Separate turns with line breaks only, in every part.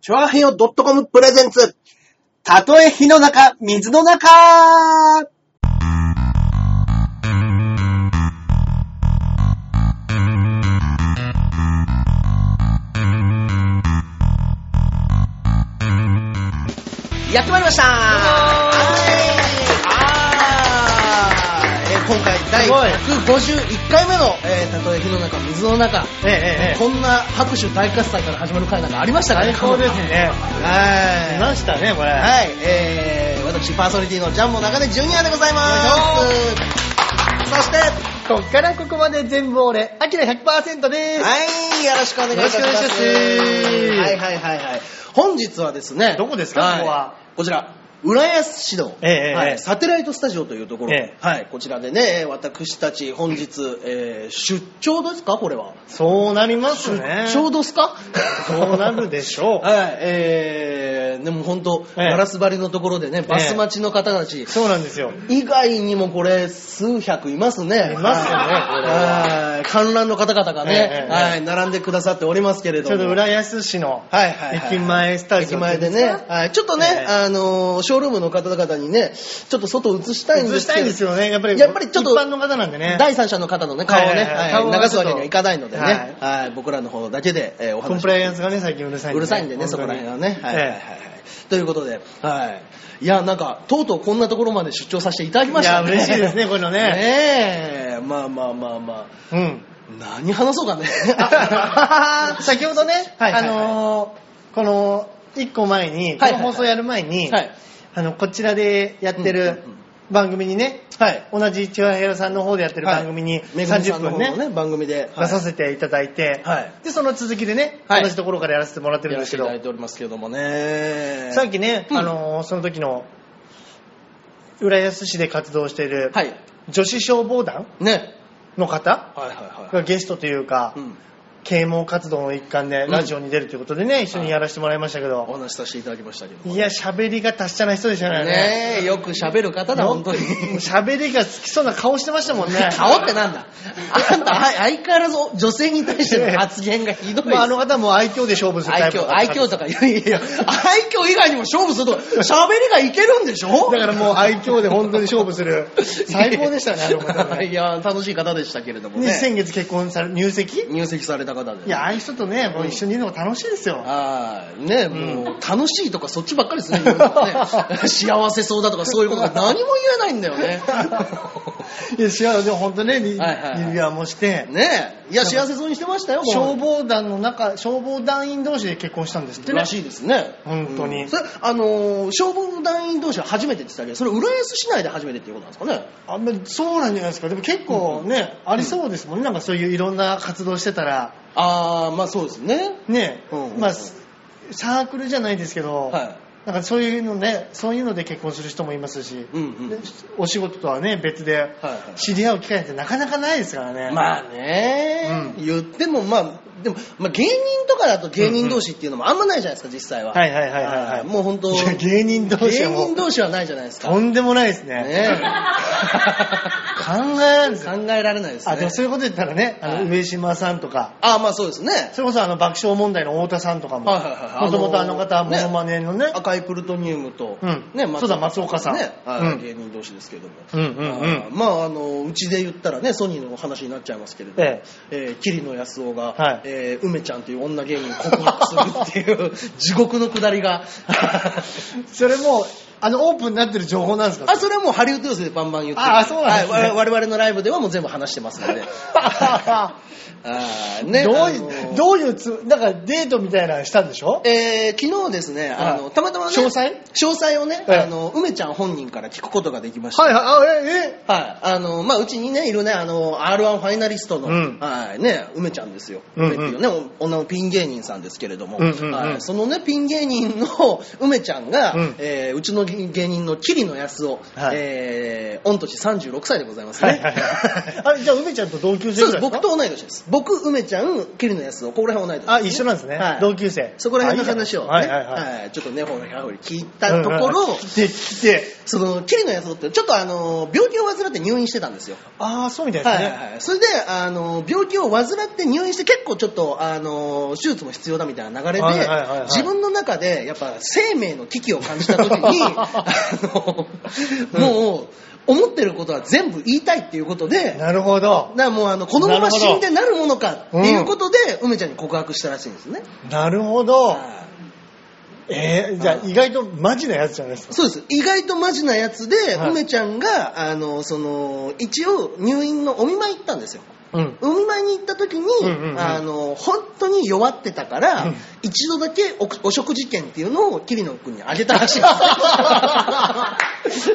チョアヘヨ .com プレゼンツ。たとえ火の中、水の中やってまいりましたはいあーえー今回第
すごい
151回目の、えーたとえ火の中、水の中、
えええええ
こんな拍手大喝采から始まる回なんかありましたかね
最高ですね。
はい。
いましたね、これ。
はい、えー、私パーソナリティのジャンボ中根ジュニアでございま
お願い
す。そして、は
こっからここまで全部俺、アキラ100%でーす。
い、よろしくお願いいたします。
よろしくお願いします
はいはいはいはい。本日はですね、
どこですか
い
ここは。
こちら。浦安市の、
ええええ
は
ええ
い、サテライトスタジオというところ、
ええ
はい、こちらでね、私たち本日、えー、出張ですかこれは。
そうなります
出
ね。
張ですか
そうなるでしょ う。
はい、えー、でも本当、
ええ
ガラス張りのところでね、バス待ちの方たち、
そうなんですよ。
以外にもこれ、数百いますね。
いますよねこれ
はい。観覧の方々が
え
ね、
え
はい、並んでくださっておりますけれど
ちょ
も。
うど浦安市の
はいはいはい
駅前スタジオ
駅前でね。はい。ちょっとね、
ええ
あのー、ショールームの方々にね、ちょっと外映したいんで
映
す
し
け
た
ど。
いんですよね。やっぱり、
やっぱりちょっと
一般の方なんでね。
第三者の方のね、顔をね、
はいはいはい
はい
顔
流
は
す
ちょ
わ
っと
けにはいかないのでね、
は
はい
い、
僕らの方だけで、えーお
コン
話し
プライアンスがね、最近うるさいんでね。
うるさいんでね、
本当
そ
に
こら辺はね。はいはいはいは
ええ
い。ということで、はい。いや、なんか、とうとうこんなところまで出張させていただきましたね。
いや嬉しいですねこういうの ね
ねえ、まあまあまあまあ。
うん。
何話そうか ね。あ
先ほどね、
はいはいはい
あのーこの1個前
は
に、
いはいはい
この放送やる前に、
はい
あのこちらでやって
うんうん
る番組にね、同じ千葉平さんの方でやってる番組に
めぐみさ
30
んの
分
方
ね
のね、番組で。
出さ
て
せていただいて、
はい
でその続きでね、
はい
同じところからやらせてもらってるんですけ
い
ど
ただいておりますけれどもね。
さっきね、
うん
あのーその時の浦安市で活動している
はい。
女子消防団
ね。
の方
はいはいは
がゲストというか、
い。うん。
啓蒙活動の一環でラジオに出るということでね、一緒にやらせてもらいましたけど、
お話しさせていただきましたけども。
いや、喋りが達者な人でしたね。
ねえ、よく喋る方だ、本当に。。
喋りが好きそうな顔してましたもんね
顔ってなんだあんたあ相変わらず女性に対しての発言がひどいです。
まあ、あの方も愛嬌で勝負するタ
愛
イプだっ
嬌、
た
愛嬌とか、いやいや、愛嬌以外にも勝負すると、喋りがいけるんでしょ
だからもう愛嬌で本当に勝負す る。最高でしたね、あの方
い
ね。
や、楽しい方でしたけれども
ね
ね。
先月結婚され、入籍い
入籍された方で。
や、ああいう人とね、もう一緒にいるのが楽しいです よ。
あーねもう、楽しいとかそっちばっかりですね、
う ん
ね幸せそうだとかそういうことが何も言えないんだよね。
いや、幸せ、でも本当ね、指
はいはいはい
輪もして。
ねえ、いや、幸せそうにしてましたよ、もう
消防団の中、消防団員同士で結婚したんですってね
ら。しいですね。
本当に
うんそれ、あのー消防団員同士は初めてって言ってたけど、それ、浦安市内で初めてっていうことなんですかね。
あんまりそうなんじゃないですか。でも結構ね、ありそうですもんね。なんかそういういろんな活動してたら。
あー、まあそうですね。
ね、
うん
まあすサークルじゃないですけど、
は
なんかそういうのねそういうので結婚する人もいますし、
い。うんうん。
でお仕事とはね別で
はい
知り合う機会ってなかなかないですからね、
まあね、
う
言ってもまあでも、まあ、芸人とかだと芸人同士っていうのもあんまないじゃないですか実際は
はいはいはいはいはい
もう本当
いや芸人同士は
芸
もう
人同士はないじゃないですか
とんでもないですね
ね
考えられないです
考
よ
えられないです
あで
ね
もそういうこと言ったらねあ
はい
の上島さんとか
ああまあそうですね
それこそあの爆笑問題の太田さんとかも
はいはいはい
もともとあの方
あのー
モノマネのね
赤いプルトニウムと、
うん
ね
そうだ松岡さん
ね、はい
うん
芸人同士ですけども、
うんうんうん
あーまああのうちで言ったらねソニーの話になっちゃいますけれども、
え
えー桐野安男が、
はい
えー梅ちゃんという女芸人を告白するっていう 地獄の下り が
それもあのオープンになってる情報なんですか
あ、それはもうハリウッド要請でバンバン言ってる
あそうなんですね
はい我々我々のライブではもう全部話してますの で。あーね、
どう
あの
いう、どういうつ、なんかデートみたいなのしたんでしょ
えー昨日ですね、あの、
はい
たまたまね、
詳細
詳細をね、
ええ
あの、梅ちゃん本人から聞くことができました。
はいはい、あ、え、
はい。あの、まあ、うちにね、いるね、あの、R1 ファイナリストの、
うん
はい、ね、梅ちゃんですよ。
うんうん
梅っていうね、お女のピン芸人さんですけれども、
うんうんうん
はいそのね、ピン芸人の梅ちゃんが、
うん
えーうちの事芸人のキリのやつを、
はい
えー、御年36歳でございます
はい
ね。
はいはい。あれ、じゃあ、梅ちゃんと同級生
そうです、
ぐらいです
僕
か
と同い年です。僕、梅ちゃん、キリのやつを、ここら辺同い年です、
あ、一緒なんですね。
はい
同級生。
そこら辺の話をね、
あいいじゃないはいはいはい。
はいちょっとね、ほら、ほら、聞いたところ、
うんうん来て、来て。
その、キリのやつって、ちょっとあの、病気を患って入院してたんですよ。
ああ、そうみたいで
は
す
い
ね。
はいはい、それであの病気を患って入院して結構ちょっとあの手術も必要だみたいな流れで、
はいはいはいはい
自分の中でやっぱ生命の危機を感じた時 にあのもう思ってることは全部言いたいっていうことで。
なるほど。
なもうあのこのまま死んでなるものかっていうことで、梅ちゃんに告白したらしいんですね。
なるほど。
はい
えー、じゃあ、意外とマジなやつじゃないですか。
そうです意外とマジなやつで、
はい
梅ちゃんがあのその一応入院のお見舞い行ったんですよ。
うん。
海前に行った時に、
うんうんうん
あの本当に弱ってたから、
うん
一度だけおお食事券っていうのを桐野君にあげたらしい です。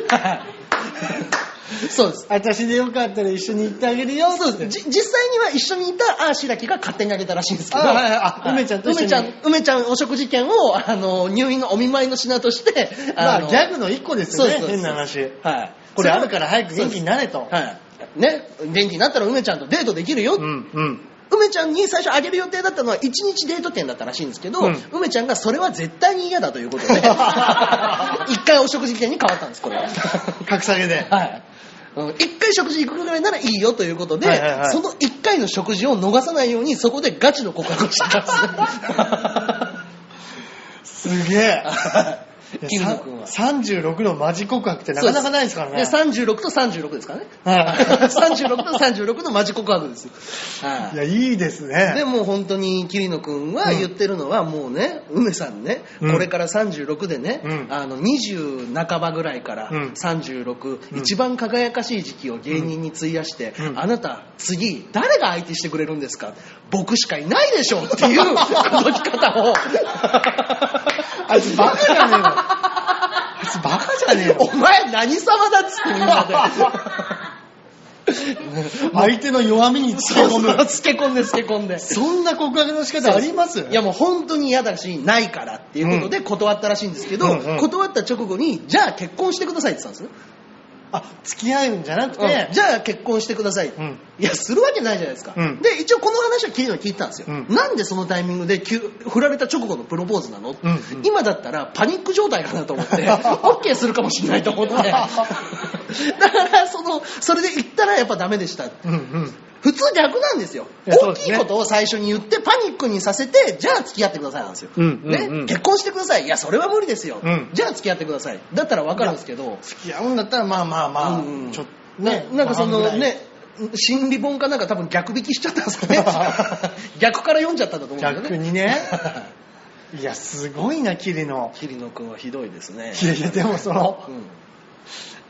そうです。
私でよかったら一緒に行ってあげるよ。そうです
じ実際には一緒にいたあー白木が勝手にあげたらしいんですけど、
あはいはいあ梅ちゃんと一緒
梅
に
ちゃん、梅ちゃんお食事券をあの入院のお見舞いの品として、
まあ、
の
ギャグの一個ですよね。
そうです
変な話。
はい、
これあるから早く元気になれと。
はい。ね、元気になったら梅ちゃんとデートできるよっ
うん、 うん。
梅ちゃんに最初あげる予定だったのは1日デート券だったらしいんですけど、
うん
梅ちゃんがそれは絶対に嫌だという ことで一回お食事券に変わったんですこれは
格下げで。
はいうん一回食事行くぐらいならいいよということで、
はいはいはい
その一回の食事を逃さないようにそこでガチの告白をしたん
すげえ。
ですキムノ君は
36のマジ告白 ってなかなかないですからね。
そうですで36と36ですからね、
はい
36と36のマジ告白ですよ、はい
いや、いいで す
で
ね。
もう本当に桐野君は言ってるのはもうね、梅さんね、
うん
これから36でね、
うん
あの20半ばぐらいから
うん
36、
うん
一番輝かしい時期を芸人に費やして、
うん
あなた次誰が相手してくれるんですか僕しかいないでしょっていう届き方を
あいつバカじゃねえの。あいつバカじゃねえの。
お前何様だっつってみんな で
相手の弱みにつけ込む。
つけ込んでつけ込んで
そんな告白の仕方あります
いやもう本当に嫌だし、ないからっていうことで断ったらしいんですけど、
うんうん
断った直後に、じゃあ結婚してくださいって言ったんです
あ、付き合うんじゃなく
よ。
て
うん、じゃあ結婚してください。
うん
いや、するわけないじゃないですか。
うん
で、一応この話は聞いたの聞いてたんですよ。
うん
なんでそのタイミングで急振られた直後のプロポーズなの、
うんうん
今だったらパニック状態かなと思 って、OK するかもしれないと思って。だから、その、それで言ったらやっぱダメでした。
うんうん。
普通逆なんですよ。
いやそ
大
うです
きい
ね
ことを最初に言ってパニックにさせて、じゃあ付き合ってくださいなんですよ。
うんうんうん
ね、結婚してください。いや、それは無理ですよ。
うん
じゃあ付き合ってください。だったらわかるんですけど、
付き合うんだったら、まあまあま
うんうん
あ、ちょっと
ね
ね、。
なんかそ
ま
の
あ半ぐらい
ね、心理本かなんか多分逆引きしちゃったんですか ね。逆から読んじゃったんだと思うんだよね。
逆に ね。いや、すごいな、キリの。
桐野くんはひどいですね。
いやいや、でもその
う、ん。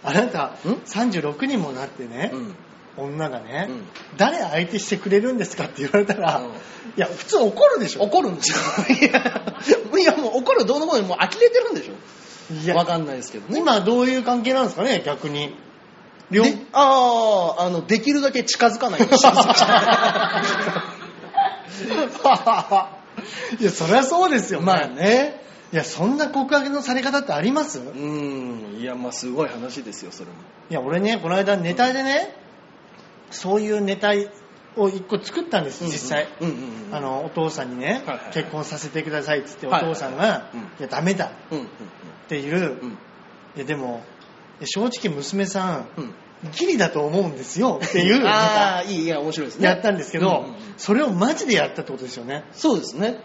あなた
ん、
36にもなってね、
うん。
女がね、
うん
誰相手してくれるんですかって言われたら、
うん
いや、普通怒るでしょ。
怒るんですよ。いや、いやもう怒るどうのこうのもう呆れてるんでし
い
ょ。わ
や、
かんないですけどね。
今どういう関係なんですかね、逆に。両
でああ、あの、できるだけ近づかないようにして ま
いや、そりゃそう ですよ、
す。まあ。ね。
いや、そんな告白のされ方ってあります
うーん、いや、まあすごい話ですよ、それも。
いや、俺ね、この間ネタでね、そういうネタを一個作ったんです、実際。
うんうんうん。
あ、の、お父さんにね、
はいはいはい
結婚させてくださいって言って、
はいはい
お父さんが、
うん
いや、ダメだ
うんうん
っていう、
うん。
いや、でも、いや正直娘さん、
うん。
ギリだと思うんですよっていうネタ
ああ、いい、いや、面白いですね。
やったんですけど
うんうんうん、
それをマジでやったってことですよね。
そうですね。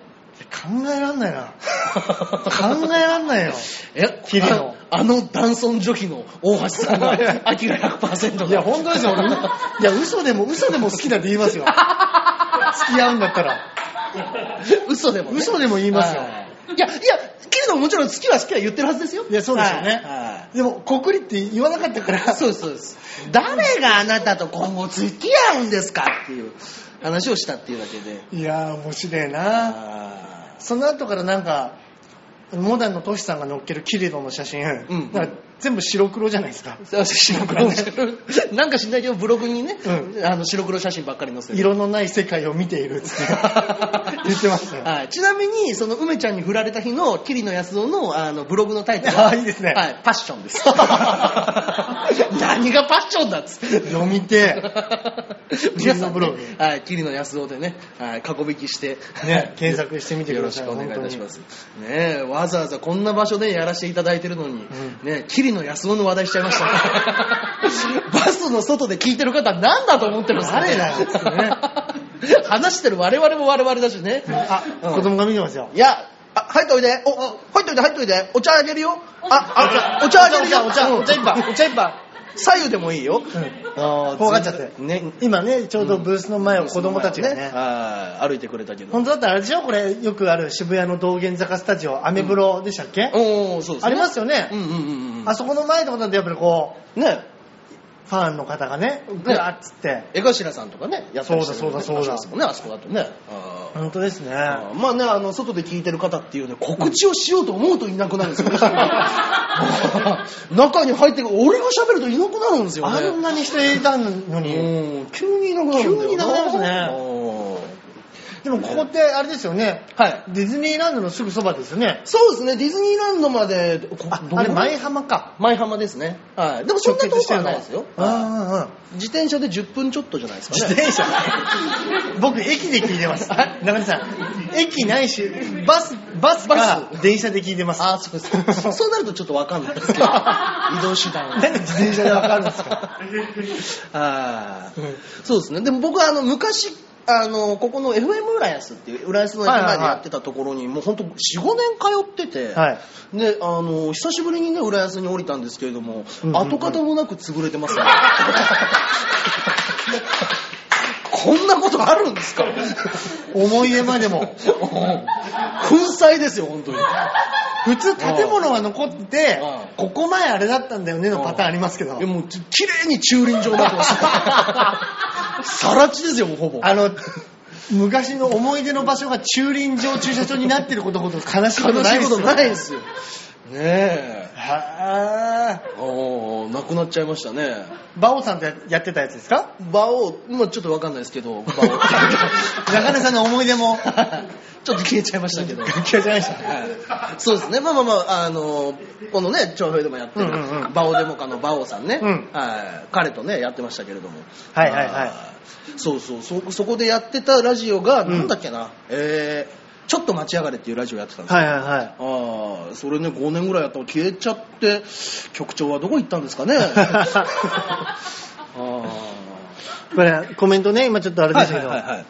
考えらんないな。考えらんないよ。
え、
キリの
ああの男尊女卑の大橋さんが、 アキラ100%が。
いや、本当ですよ。俺、いや、嘘でも、嘘でも好きだって言いますよ。付き合うんだったら。
嘘でも、ね。
嘘でも言いますよ
はいいや、いや、キリのもちろん好きは好きは言ってるはずですよ。
いや、そうですよね。
はい
でも、告りって言わなかったから、
そうです、そうです。誰があなたと今後付き合うんですかっていう話をしたっていうだけで。
いやー、面白いな
あ
その後からなんか、モダンのトシさんが乗っけるキリドの写真、
んうん
なんか全部白黒じゃないですか。
白黒 なんか知んないけどブログにね、
う
あの白黒写真ばっかり載せて
色の ない世界を見ているっつ って言ってますね。
はい、ちなみに、その梅ちゃんに振られた日の桐野安男のあのブログのタイトル
あーいいですね
はい、パッション です。何がパッションだっつって。
読みて、
皆さんね
桐野ブログ
はい、桐野安男でね、はい、過去引きして、
ね、検索してみて
よ
く
ろ
だ
し
さい。。
くお願いいたしますす。ねえ、わざわざこんな場所でやらせていただいてるのに、ねえ、桐野安男の話題しちゃいま した。バスの外で聞いてる方は何だと思ってます
誰だよっつってね
話してる我々も我々だしね。
あ、
うん
子供が見てますよ。
いや、あ、入っといで。お、入っといで、入っといで。お茶あげるよ。あ、あ、お茶あげるよ。
お茶お茶お茶
一杯。お茶一杯。左右でもいいよ。あー
怖がっちゃって。
ね。
今ね、ちょうどブースの前を子供たちがね。
はい歩いてくれたけど。
本当だったらあれでしょこれよくある渋谷の道玄坂スタジオ、アメブロでしたっけ、
おおそうですね。
ありますよね
うんうんうんうん。
あそこの前とかだとやっぱりこう、
ね。
ファンの方がね、ぐわーっつって。
江頭さんとかね、やったりしてる
そうだそうだそうだ
場所ですもんね、あそこだとね。あー
本当ですね。
あーまあね、あの、外で聞いてる方っていうね、告知をしようと思うといなくなるんですよね。 中に入ってくる、俺が喋るといなくなるんですよね。
あんなにしていたのに。
うん急にいなくなるんだよ
急にいなくなりますね
うん
でもここってあれですよね。
はい。
ディズニーランドのすぐそばですよね。
そうですね、ディズニーランドまで、こ
あ
ど、の
あれ前浜か。
前浜ですね。はい。でもそんな遠くはないですよ。はい
あ
自転車で10分ちょっとじゃないですかね。
自転車僕、駅で聞いてます。中根さん、駅ないし、バス、バスか
バス
電車で聞いてます。
ああ、そうです。そうなるとちょっとわかんないですけ ど、移動手段
なんで自転車でわかるんですか
あー
うん
そうですね。でも僕はあの昔、あの、ここの FM 浦安っていう、浦安の駅
はいは
前
い
で
はい
やってたところに、もう本当4、5年通ってて、
はい
で、あの、久しぶりにね、浦安に降りたんですけれども、
うんうんうん
跡形もなく潰れてますね。こんなことあるん ですか
思い出までも。
粉砕ですよ、本当に。
普通建物が残ってて
うん、
ここ前あれだったんだよねのパターンありますけど
いや、。もう、き綺麗に駐輪場になってます。 さら地ですよ、もうほぼ。
あの、昔の思い出の場所が駐輪場駐車場になってることほど悲しいこと
悲
な
し
い
い
で
こ
すよ
とないですよ。ねえ。
はあ。
ああ、なくなっちゃいましたね。
バオさんとやってたやつですか
場を、まあちょっとわかんないですけど、場を。
中根さんの思い出も。
ちょっと消えちゃいましたけど。
楽器屋じゃないでした。
はいそうですね、まあまあまあ、あの、このね、長平でもやってる、
うんうんうん
バオデモカのバオさんね、
うん
はい彼とね、やってましたけれども。
はいはいはい
あー。そうそう、そ、そこでやってたラジオが、
ん
なんだっけな、えー、ちょっと待ちやがれっていうラジオやってたんですよ
はいはいはい。
ああ、それね、5年ぐらいやったら消えちゃって、局長はどこ行ったんです かね。ああ。
これ、コメントね、今ちょっとあれでしたけど、
はいはいはい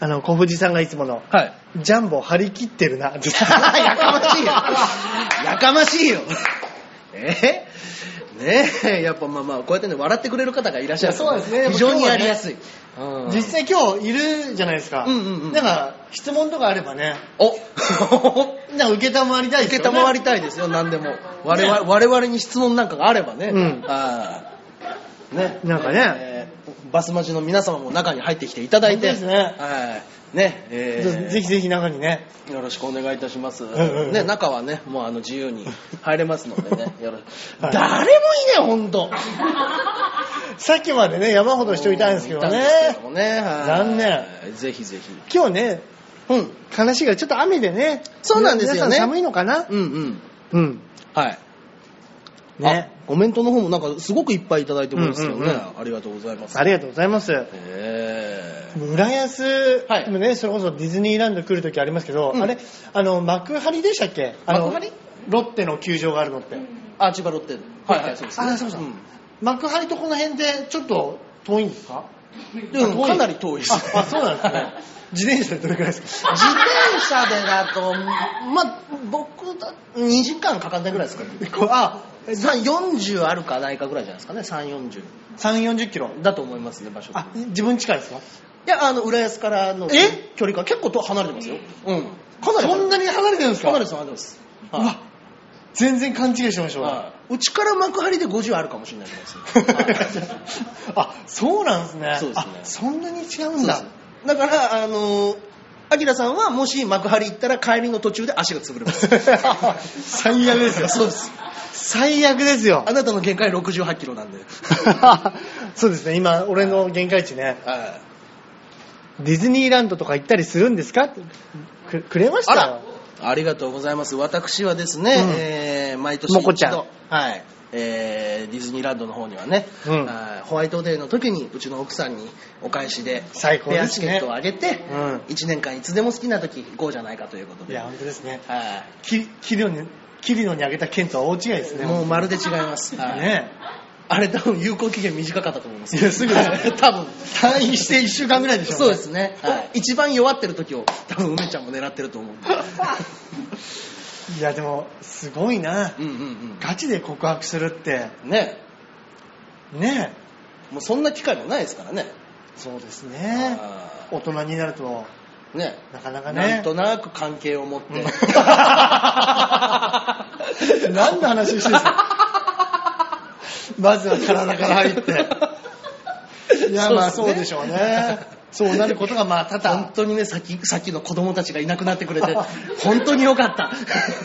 あの、小藤さんがいつもの、
はい。はい。
ジャンボ張り切ってるな、って
やかましいよ。 やかましいよ。 えねえ、やっぱまあまあ、こうやってね、笑ってくれる方がいらっしゃるから。
いやそうですね
非常にやりやすい。うん
実際今日いるじゃないですか。
うんうんうん
なんか、質問とかあればね、
お
なんか承りたいで
受
すよね。
けたまわりたいです よ、何でも。我々我々に質問なんかがあればね。
うん
ああね。
なんかね
えーバス待ちの皆様も中に入ってきていただいて。
本当ですね
はい。ね。えー
ぜひぜひ中にね。
よろしくお願いいたします。
んうんうん
ね、中はね、もうあの自由 に入れますのでね。よろし
はい
誰もいねえ、ほんと。
さっきまでね、山ほど人いたんですけど
いたん
ね。
ですけどねはい
残
ぜひぜひ。
今日ね、
うん。
悲しいがちょっと雨でね。
そうなんですよね
皆さん寒いのかな
うんうん。
うん。
はい。
ね。
あ。コメントの方もなんかすごくいっぱいいただいてもいいですよね、
うんうんうん
ありがとうございます。
ありがとうございます。
えー
浦安、
はい
でもね、それこそディズニーランド来るときありますけど、
うん
あれ、あの、幕張でしたっけあの
幕張
ロッテの球場があるのって。
あ、千葉ロッテ。はいはい、そうです、
あそうそうん幕張とこの辺でちょっと遠いんですか
でも
あ
かなり遠いです。
あ、あそうなんです
は
ね
い。
自転車でどれくらいですか
自転車でだと、まあ、僕だ、2時間かかんないぐらいですかね。
こう あ、
さ40あるかないかぐらいじゃないですかね、3、
3、40キロ。
40。だと思いますね、場所。
あ、自分近いですか
いや、あの、浦安からの
え
距離から結構と離れてますよ。うん。かなり
そんなに離れてるんですか
離れてます、離れてます。
う
はい
わ、全然勘違いしてましたわ。
うちから幕張で50あるかもしれないです、
あ、そうなんですね。
そうですね
あそんなに違う
そ
ん
うで
だ
す。だから、あのー、アキラさんはもし幕張行ったら帰りの途中で足が潰れます。
最悪ですよ。
そうです。
最悪ですよ
あ。なたの限界68キロなんで。
そうですね、今、俺の限界値ね。
はい
ディズニーランドとか行ったりするんですかってくくれました
あらありがとうございます。私はですね、
うん
えー毎年
もこちゃん
一度はい。えーディズニーランドの方にはね、
うん
あーホワイトデーの時にうちの奥さんにお返しで
最高
ペ
で
ア
す
チ
ね
ケットをあげて、
うん
1年間いつでも好きな時行こうじゃないかということ
い
で、
や、本当ですね。
は
キキリノに、キリノにあげた剣とは大違いです
い、
ね。
もうまるで違います、はい
ね
あれ多分有効期限短かったと思います
いやすぐです
多分
退院して1週間ぐらいでしょ
そうですね、
はい
はい一番弱ってる時を多分梅ちゃんも狙ってると思うんで
いや、でも、すごいな。
うんうん
ガチで告白するって、
うんね
ね
もうそんな機会もないですからね
そうですね。
あ
大人になると、
ーね
なかなかね。
なんとなく関係を持って、
うん 何の話をしてるん ですかまずは体から入 って。いや、まあ
そう
そう
ですね
でしょうね。そうなることがまあ多々
本。当にねさっきさっきの子供たちがいなくなってくれて 本当によかった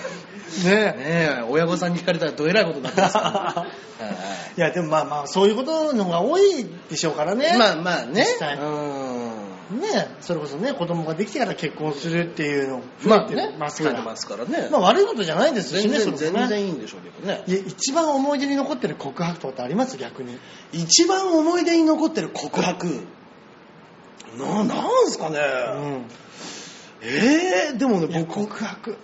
ね
ねえ親御さんに聞かれたらどえらいことになってますから ねはい
や、でもまあまあ、そういうことのが多いでしょうからね。
いまあまあね
実際
う
ねそれこそね、子供ができてから結婚するっていうの
ん
増
ま
え
あ
て
ね
ます
増
か
え
ら。
て
ま
ますからね
あ悪いことじゃないですし
全
ね、
然
それこそ
全
ね。
然いいんでしょうけどね
いや、一番思い出に残ってる告白とかってあります逆に。
一番思い出に残ってる告白ななんすかね、
うん。
ええでも
いや
ね僕
告白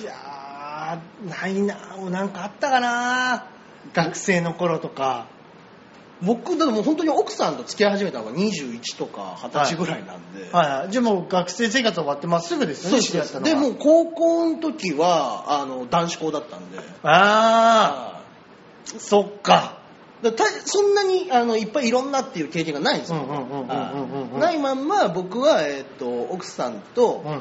いやーないなぁなんかあったかな学生の頃とか
僕だからもう本当に奥さんと付き合い始めたのが21とか20歳ぐらいなんで、
はいじゃあもう学生生活終わってまっすぐですよ
そう
ね
です
知り合ったの
で
は
もう高校の時はあの男子校だったんで
あ
あ
ーそっか
だたそんなにあのいっぱいいろんなっていう経験がないんです
うん
よ、
うんうんうんうんうん
ないまんま僕は、えっと奥さんと
うん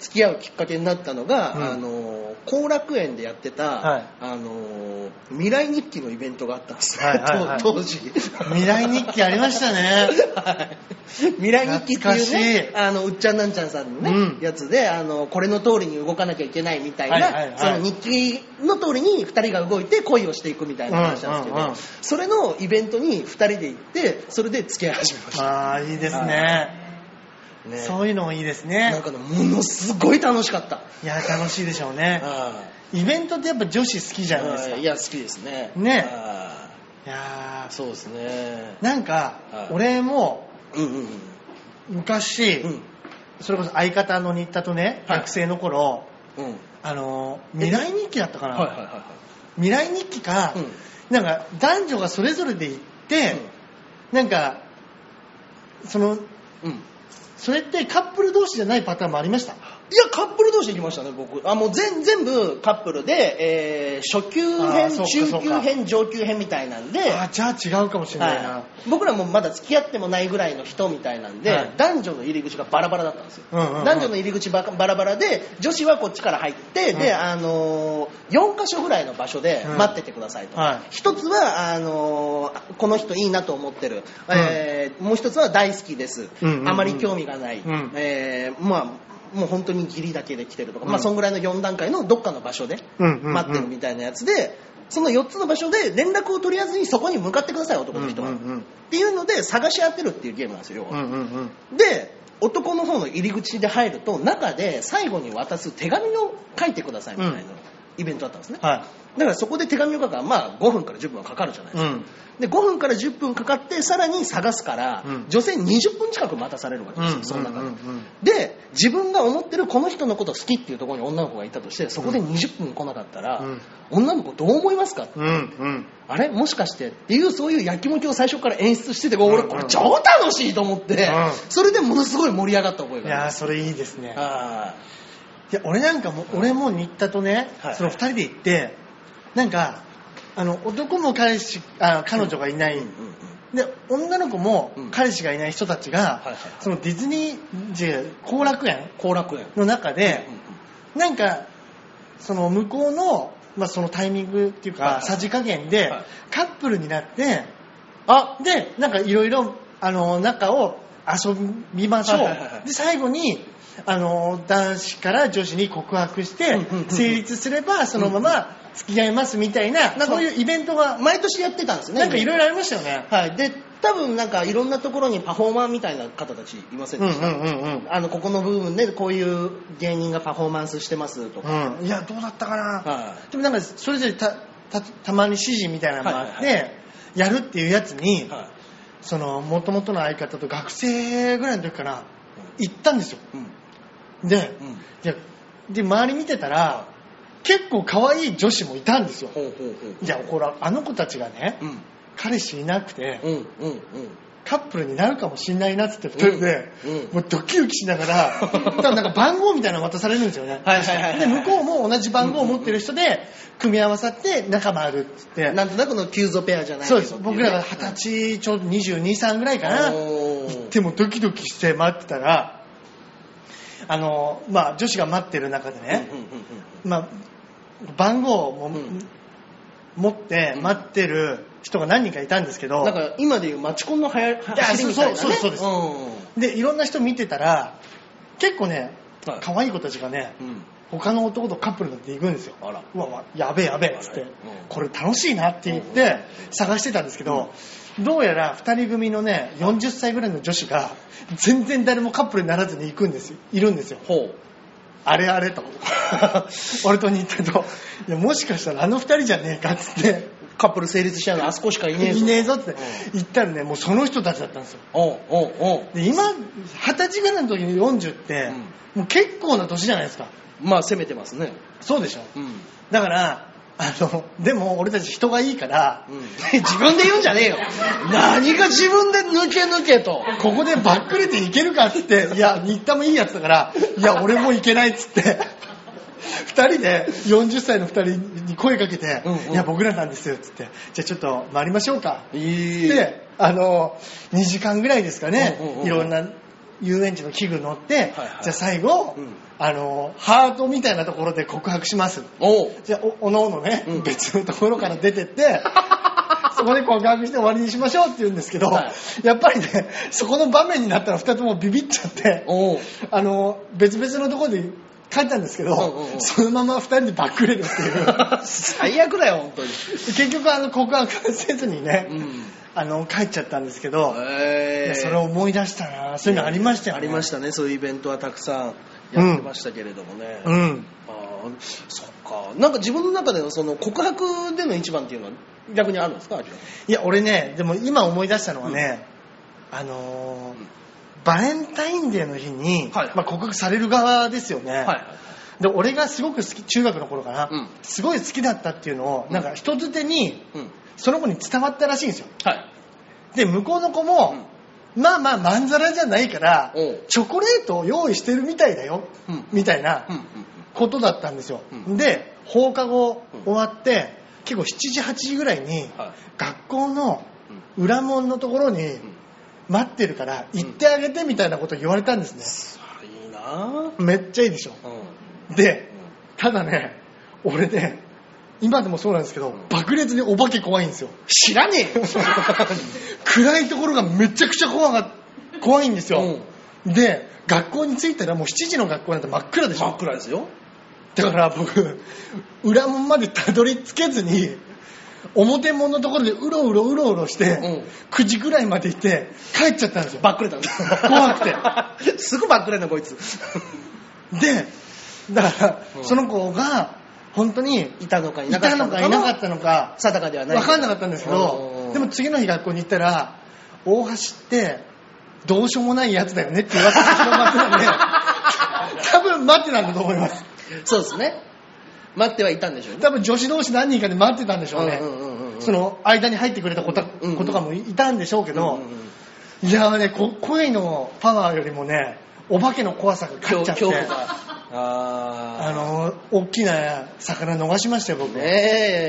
付き合うきっかけになったのが、
うん
あの後楽園でやってた、
はい
あの未来日記のイベントがあったんですよ、
はいはいはい
当当時
未来日記ありましたね
はい 未来日記っていう
懐かし
ねあのうっちゃんなんちゃんさんのね、
うん
やつであのこれの通りに動かなきゃいけないみたいな、
はいはいはい
その日記の通りに2人が動いて恋をしていくみたいな話なんですけど、
うんうんうん
それのイベントに2人で行ってそれで付き合い始めました、
あーいいですね
ね
そういうのもいいです
な
ね
んかねものすごい楽しかった、
いや楽しいでしょうねイベントってやっぱ女子好きじゃないですか
いや好きですね
ね
あ
いや
ーそうですね
ーなんか
はい
俺も
うんうん
昔、
うん
それこそ相方の新田とね、
はい
学生の頃、
うんうん
あのー、未来日記だったかな、
はいはいはいは
未来日記か、
うん
なんか男女がそれぞれで行って
い、
なんか、その、
うんうん
それってカップル同士じゃないパターンもありました。
いや、カップル同士で行きましたね、僕。あ、もう全、全部カップルで、えー初級
あー
編、
そうかそう
中級
か
編、上級編みたいなんで、
あ、じゃあ違うかもしれないな。
はい僕らもまだ付き合ってもないぐらいの人みたいなんで、
はい
男女の入り口がバラバラだったんですよ。
うんうんうん
男女の入り口ばバラバラで、女子はこっちから入って、
う
で、
ん
あの4箇所ぐらいの場所で
うん
待っててくださいと。
はい
一つは、あのーこの人いいなと思ってる。えーもう一つは大好きです。
うんうんうん
あまり興味がない。
うん
えーまあもう本当に義理だけで来てるとか、
うん
まあそんぐらいの4段階のどっかの場所で
うんうんうん
待ってるみたいなやつで、その4つの場所で連絡を取り合わずにそこに向かってください男の人は、
うんうんうん
っていうので探し当てるっていうゲームなんですよ、要
う
は
んうんうん。
で男の方の入り口で入ると中で最後に渡す手紙の書いてくださいみたいな
うん
イベントだったんですね、
は
だからそこで手紙を書くからまあ5分から10分はかかるじゃない
い。
で
う
すか、
ん。
で5分から10分かかってさらに探すから、
うん
女性20分近く待たされるわけですよ、その中で、
うんうんうん
で自分が思ってるこの人のこと好きっていうところに女の子がいたとしてそこで20分来なかったら、
うん
女の子どう思いますか、
うんうん。
あれもしかしてっていうそういうやきもきを最初から演出してて
んうん
俺これ超楽しいと思って、
うん
それでものすごい盛り上がった覚え
い
が
や
あ
ー、それいいです
る。
ね
あ
いや、俺なんかも、俺も新田とね、
はい
その二人で行って、なんか、あの、男も彼氏、あ、彼女がいない、
ーうんうん
で女の子も
うん
彼氏がいない人たちが、
はいはい
そのディズニーじゃ後楽園
後楽園、
の中で
うん、
なんかその向こうの,、まあ、そのタイミングっていうか、
はいはい
さじ加減で、
はい
カップルになってあでなんかいろいろあの中を遊びましょう、
はいはいはいはい
で最後にあの男子から女子に告白して
うんうんうん
成立すればそのまま付き合いますみたいな
なんか
そういうイベントが
毎年やってたんですね。
なんかいろいろありましたよね
はい。で、多分なんかいろんなところにパフォーマーみたいな方たちいません
うん
で
うん
した、
うん
あの、ここの部分でこういう芸人がパフォーマンスしてますとか。
うん、うん、いやどうだったかな、
は
でもなんかそれぞれたたたまに指示みたいなのがあって、
はいは
やるっていうやつに、
い。はい。
その元々の相方と学生ぐらいの時かな行ったんですよ
うん。
で,、
うん
でで周り見てたら結構可愛い女子もいたんですよ
ほうほうほう。
いやほらあの子たちがね
うん。
彼氏いなくて
うんうんうん。
カップルになるかもしんないなっつって二人で、
うん
もうドキドキしながら 多分なんか番号みたいなの渡されるんですよね
はいはいはいはい
で向こうも同じ番号を持ってる人で組み合わさって仲間あるっつって
なんとなくのキューゾペアじゃないけ
そう
どってい
です
ね
僕らが二十歳ちょうど22、3ぐらいかな
おー
でもドキドキして待ってたらあの、まあ、女子が待ってる中でね、
うんうんうん
まあ、番号をも
うん
持って待ってる人が何人かいたんですけ
う
ど、
ん。なんか今でいうマチコンの流行
いや
走りみたいな、ね。
そうそうそうですでいろんな人見てたら結構ね
はい
可愛い子たちがね
うん。うん。
他の男とカップルになって行くんですよ
あら
うわうわやべえやべえっつって、
うん
これ楽しいなって言って探してたんですけど、どうやら2人組のね40歳ぐらいの女子が全然誰もカップルにならずに行くんですよいるんですよ
ほう。
あれあ れと俺と新田といやもしかしたらあの2人じゃねえかっつって
カップル成立しちゃうのあそこしかいねえぞ。
いねえぞって
うん
言ったらねもうその人たちだったんですよ
おうおうおう。
で今二十歳ぐらいの時に40って、もう結構な年じゃないですか
まあ攻めてますね。
そうでしょ
うん。
だからあのでも俺たち人がいいから、
うん自分で言うんじゃねえよ。何が自分で抜け抜けと。
ここでばっくれていけるかっつっていや新田もいいやつだからいや俺もいけないっつって2人で40歳の2人に声かけて「
うんうん
いや僕らなんですよ」っつって「じゃあちょっと回りましょうか」
いで、
であの2時間ぐらいですかね、
うんうんうん
いろんな遊園地の器具乗って、
はいはい
じゃあ最後、
うん
あのハートみたいなところで告白します
おう。
じゃあおおのおのね、
うん
別のところから出てって そこで告白して終わりにしましょうって言うんですけど、
はい
やっぱりねそこの場面になったら2人ともビビっちゃって
おう。
あの別々のところで帰ったんですけど、
うんうんうん
そのまま2人でバックれるって いう
最悪だよ、本当に。
結局あの告白せずにね、
うん。
あの帰っちゃったんですけど、い
え
やそれを思い出したなそういうのありましたよ
あ
ね、
りましたたね、そういうイベントはたくさんやってましたけれどもね。あ
うん
ーそっか。なんか自分の中でのその告白での一番っていうのは逆にあるんですか、
いや俺ねでも今思い出したのはね、あのー
うん
バレンタインデーの日に、
はい
まあ、告白される側ですよね、
はい。
で俺がすごく好き中学の頃かな、
うん
すごい好きだったっていうのを、
うん
なんか人づてに
うん。
その子に伝わったらしいんですよ
はい。
で向こうの子も、まあまあまんざらじゃないから
おう
チョコレートを用意してるみたいだよ、
うん
みたいな、
うん。うん。
ことだったんですよ、
うん
で放課後
うん
終わって、結構7時8時ぐらいに
はい
学校の裏門のところに
ん
待ってるから行ってあげてみたいなこと言われたんです
いいな
ね、めっちゃいいでしょ
ぁ。うん。
でただね俺ね今でもそうなんですけど、爆裂にお化け怖いんですよ
知らねえ よ
暗いところがめちゃくちゃ怖が怖いんですよ、で学校に着いたらもう7時の学校なんて真っ暗でしょ
真っ暗ですよ。
だから僕裏門までたどり着けずに表門のところでうろうろうろうろして、
うん
9時ぐらいまで行って帰っちゃったんですよ
ばっくれたんだ。
怖く
て。 すぐばっくれんな、こいつ。
でだから、
うん
その子が本当に
いたのかい
い
なかったた
の
のか
かいなかったのか
定かではない。
分かんなかったんですけどでも次の日学校に行ったら大橋ってどうしようもないやつだよねって言われて広まって たんで多分待ってたんだと思います
そうですね。待ってはいたんでしょうね。
多分女子同士何人かで待ってたんでしょうね、
うんうんうんうん
その間に入ってくれた子た
うんうん
子とかもいたんでしょうけど、
うんうんうん
いやーねこ声のパワーよりもねお化けの怖さが勝っちゃって
恐怖が。
あ
あ
のー大きな魚逃しましたよ僕
ー。ね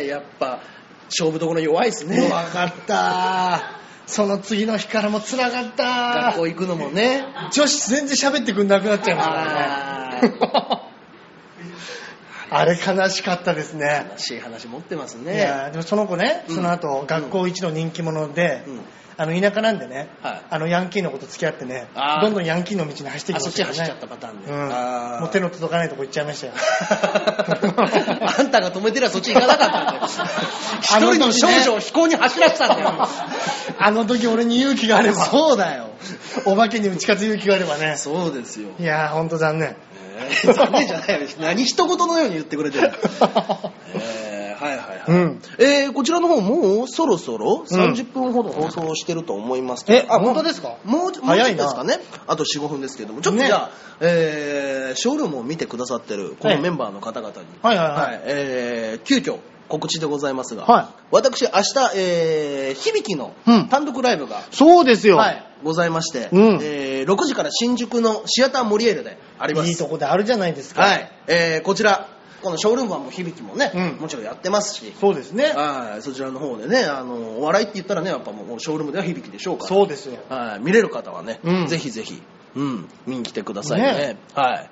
え、やっぱ、勝負どころ弱いですね。
怖かったその次の日からも辛かった
学校行くのもね。
女子全然喋ってくんなくなっちゃいました
あ
からね あれ悲しかったですね
ー。悲しい話持ってます
い
ね。
やーでもその子ね、
うん
その後、学校一の人気者で、
うん
あの、田舎なんでね、
はい
あの、ヤンキーの子と付き合ってね
あー、
どんどんヤンキーの道に走ってき
あ、
ま
そっ
し
ち
たけどね
走っちゃったパターンで。
う
あ
ん。
ー
もう手の届かないとこ行っちゃい ましたよ。
あんたが止めてりゃそっち行かなかったんだよ。一人の少女を非行に走らせたんだよ。
あの時俺に勇気があれば、
そうだよ。
お化けに打ち勝つ勇気があればね。
そうですよ。
いやー、ほんと残 念。
えー残念じゃないよ。何一言のように言ってくれてる。えーはいはいはい。
うん
えーこちらの方もうそろそろ30分ほど放送してると思いますけど、
えあ本当ですか
もうもうちょっと
早いな
ですかね。あと4、5分ですけども、ちょっと
ね
じゃあ、えーショールームを見てくださってるこのメンバーの方々に、
はいはいはい
はい、えー急遽告知でございますが、
は
私明日、えー響きの
うん
単独ライブが
そうですよ。
はい、ございまして、
うん
えー6時から新宿のシアターモリエールであります。
いいとこであるじゃないですか。
はい、えーこちら、このショールームはもう響きもね、
うん
もちろんやってますし、
そうですね。
はい、そちらの方でね、あの、お笑いって言ったらね、やっぱもうショールームでは響きでしょうから、
そうですよ。
はい、見れる方はね、
うん
ぜひぜひ、うん、見に来てくださいね。
ね
はい。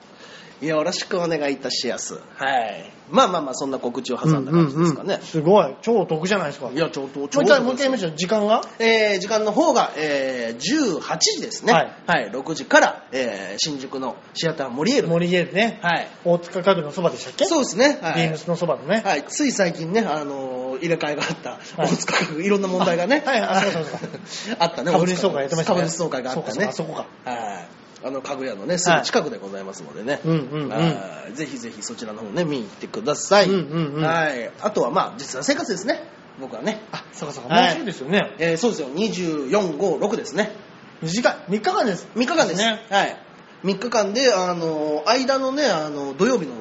よろしくお願いいたしやす。はい。まあまあまあ、そんな告知を挟んだ感じですかね。
うんうんうんすごい。超お得じゃないですか。もう
いや、ちょうど、ちょう
一
ど
回、もう一回見ましょう。時間が
えー時間の方が、えー18時ですね。
は
はいい。6時から、えー新宿のシアターモリエールで。
森家でね。
はい。
大塚家具のそばでしたっけ
そうですね。は
ビーム
い。
スのそばのね。
はい、つい最近ね、あのー入れ替えがあった、
はい
大塚家具いろんな問題がね、
あはいあそうそうそう
あったね、
株主総会やってましたね
株主総会があったね。
そうかそうか
はい。あの、家具屋のね、すぐ近くでございますのでね。
うんうんうん
はいぜひぜひそちらの方ね、見に行ってください。
うんうんうん
はい。あとはまあ、実は生活ですね。僕はね。
あ、そうかそうか。
はい
もうすぐですよね。
えーそうですよ、24、5、6ですね。
短い。3日間です。
3日間です。
ね
はい。3日間で、あの、間のね、あの、土曜日の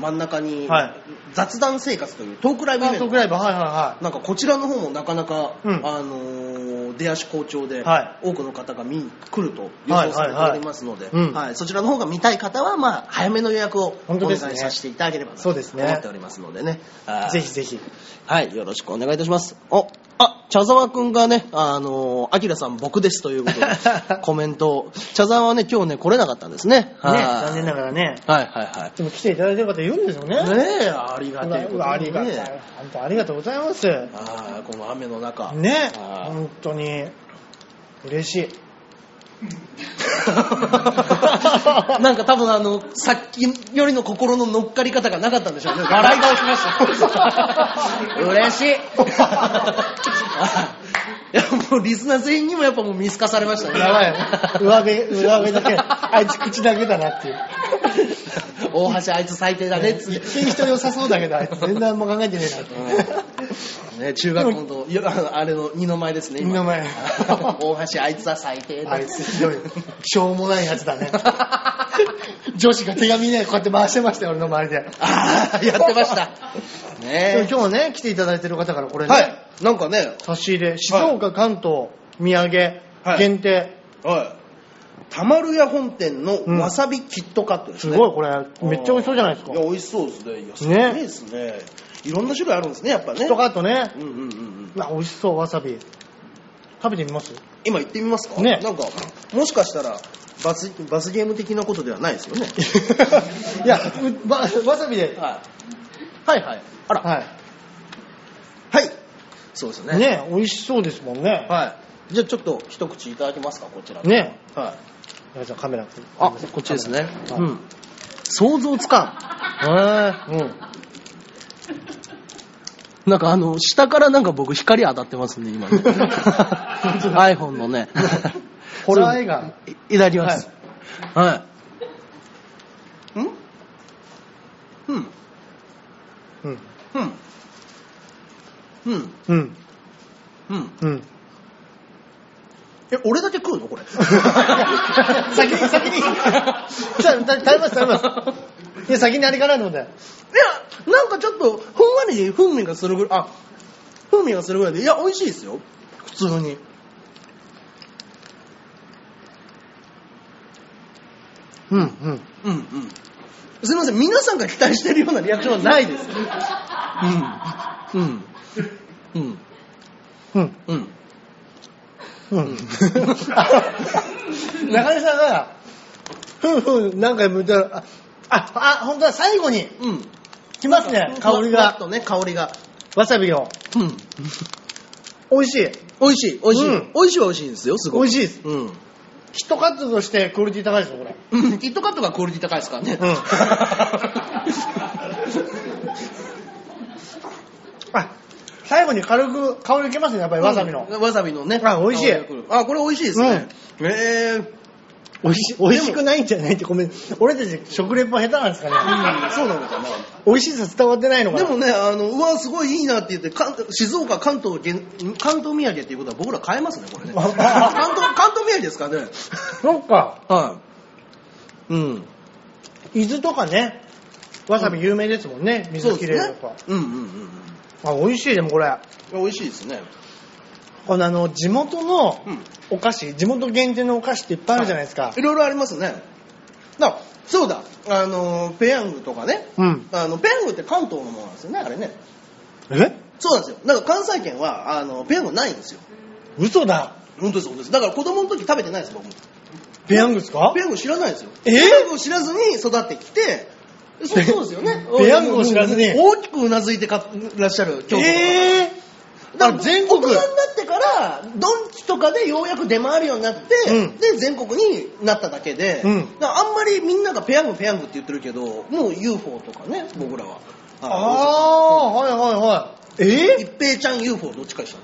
真ん中に、
はい
雑談生活というトークライブイ
あ
ベン
ト
ト
ク。ライブ、はいはいはい。
なんかこちらの方もなかなか、
うん
あのー出足好調で、
は
多くの方が見に来ると予想されておりますので、はい
はいはいはいうん
そちらの方が見たい方は、まあ、早めの予約をお
本当
願
で
い
すね
させていただければなと
そう
思
ですね
っておりますのでね。はい
ぜひぜひ。
はい、よろしくお願いいたします。お、あ、茶沢くんがね、あのー、アキラさん僕ですということで、 コメントを。茶沢はね、今日ね、来れなかったんですね。ね、
ね、残念ながらね。
はいはい
でも来ていただいてる方いるんですよね。
はい。ねえ、ありが
う
たいこ
わ
と
う
にね
わありがたい。本当ありがとうございます。ね
あーこの雨の中。あー
本当に嬉しい。
なんか多分あの、さっきよりの心の乗っかり方がなかったんでしょうね。 笑い顔しました。 嬉しい。いや、もうリスナー全員にもやっぱもう見透かされましたね。
やばいよね。上辺、上辺だけ、あいつ口だけだなっていう。
大橋あいつ最低だねっつっ
一
て。
見人良さそうだけど、あいつ全然あんま考えてね
ね、中学校の、いやあのあれの二の前ですね、
二の前
大橋あいつは最低
えな。
だ。
あいつひどい。しょうもないやつだ ね。女子が手紙ね、こうやって回してましたよ、俺の周りで。
あーやってました。
でも
ね
今日ね、来ていただいてる方からこれね、
はい。なんかね、
差し入れ、静岡、関東、土産、
はい
限定。
はい。たまるや本店の
うん
わさびキットカットです
す
ね。
ごい、これ、めっちゃ美味しそうじゃないですか。
いや、
キ
美味しそうですね。いや、すごい
ね
ですね。いろんな種類あるんですね、やっぱね。
ットカットね。
うんうんうんうん。
まあ、美味しそう、わさび。食べてみ ます
今行ってみますか
ね
なんか、もしかしたら、罰、罰ゲーム的なことではないですよね。
いや、うわわさびで。
はい。はいはい。あら。
は
はい。そうですよ
い。
ね。
ね、美味しそうですもんね。
はい。じゃあちょっと一口いただきますか、こちら。。
ね。
はい。
皆さんカメラ。
あ、こっちですね。
は
う
い
ん。想像つかん。へ
うん。
え。なんかあの、下からなんか僕光当たってますね、 今ね。iPhone の ね。
ホラー映画。
いただきます。はい。んうん。う
うん。
ん。うん。
うん。
うん。
うん。
え、俺だけ食う のこれ。
先に、先に。じゃあ、食べます、食べます。いや、先にあれかなと思って。
いや、なんかちょっと、ふんわり風味がするぐらい、あ、風味がするぐらいで、いや、美味しいですよ。普通に。
うん、う
う
ん。
んうん。すいません、皆さんが期待してるようなリアクションはないです。うん。うん。うん。
うん。
うん。
うん。中根さんが、ふんふん何回も言ったら、あ、あ、あ本当だ、最後に
うん。
来ますね、香り
ふわっ
が。
とね、香りが。
わさびを。
うん。
美味しい。
美味しい、美味しい。
うん
美味しいは美味しいんですよ、す
美
ごい。
味しいです。
うん。
キットカットとしてクオリティ高いですよ、これ。
うん、キットカットがクオリティ高いですからね。
うんあ、最後に軽く香りいけますね、やっぱりわさびの。
うん わさびのね。
あ美味しい
香りが来るあ、これ美味しいですね。へぇ
美味しい、美味しくないんじゃないってごめん。俺たち食レポ下手なんですかね。
ー。そうなのかな。
美味しさ伝わってないのか
で
な。
もね、あの、うわ、すごいいいなって言って、関静岡、関東限、関東土産っていうことは僕ら買えますね、これね。関東、関東土産ですかね。
そっか。
はい。うん。
伊豆とかね、わさび有名ですもんね。水
そうです
きれい
ね
とか。。
うんうんうん
あ、美味しい、でもこれ。
うん。美味しいですね。
このあの、地元の
うん
お菓子、地元限定のお菓子っていっぱいあるじゃないですか。
いろいろありますね。だそうだ、あの、ペヤングとかね。
うん。
あの、ペヤングって関東のものなんですよね、あれね。
え
そうなんですよ。だから関西圏は、あの、ペヤングないんですよ。
嘘だ。
本当です、本当です。だから子供の時食べてないです、僕も。
ペヤングですか
ペヤング知らないですよ。
え。
ペヤングを知らずに育ってきて、そうそうですよね
ペヤングを知らずに
大きくうなずいてかいらっしゃる京都の方
えー、
だ
あ
から
全国。
大人になってから、ドンキとかでようやく出回るようになって、
うん
で、全国になっただけで、
うん
だからあんまりみんながペヤングペヤングって言ってるけど、もう UFO とかね、僕らは。
あー、はいはいはい。えー
一平ちゃん UFO どっちかでし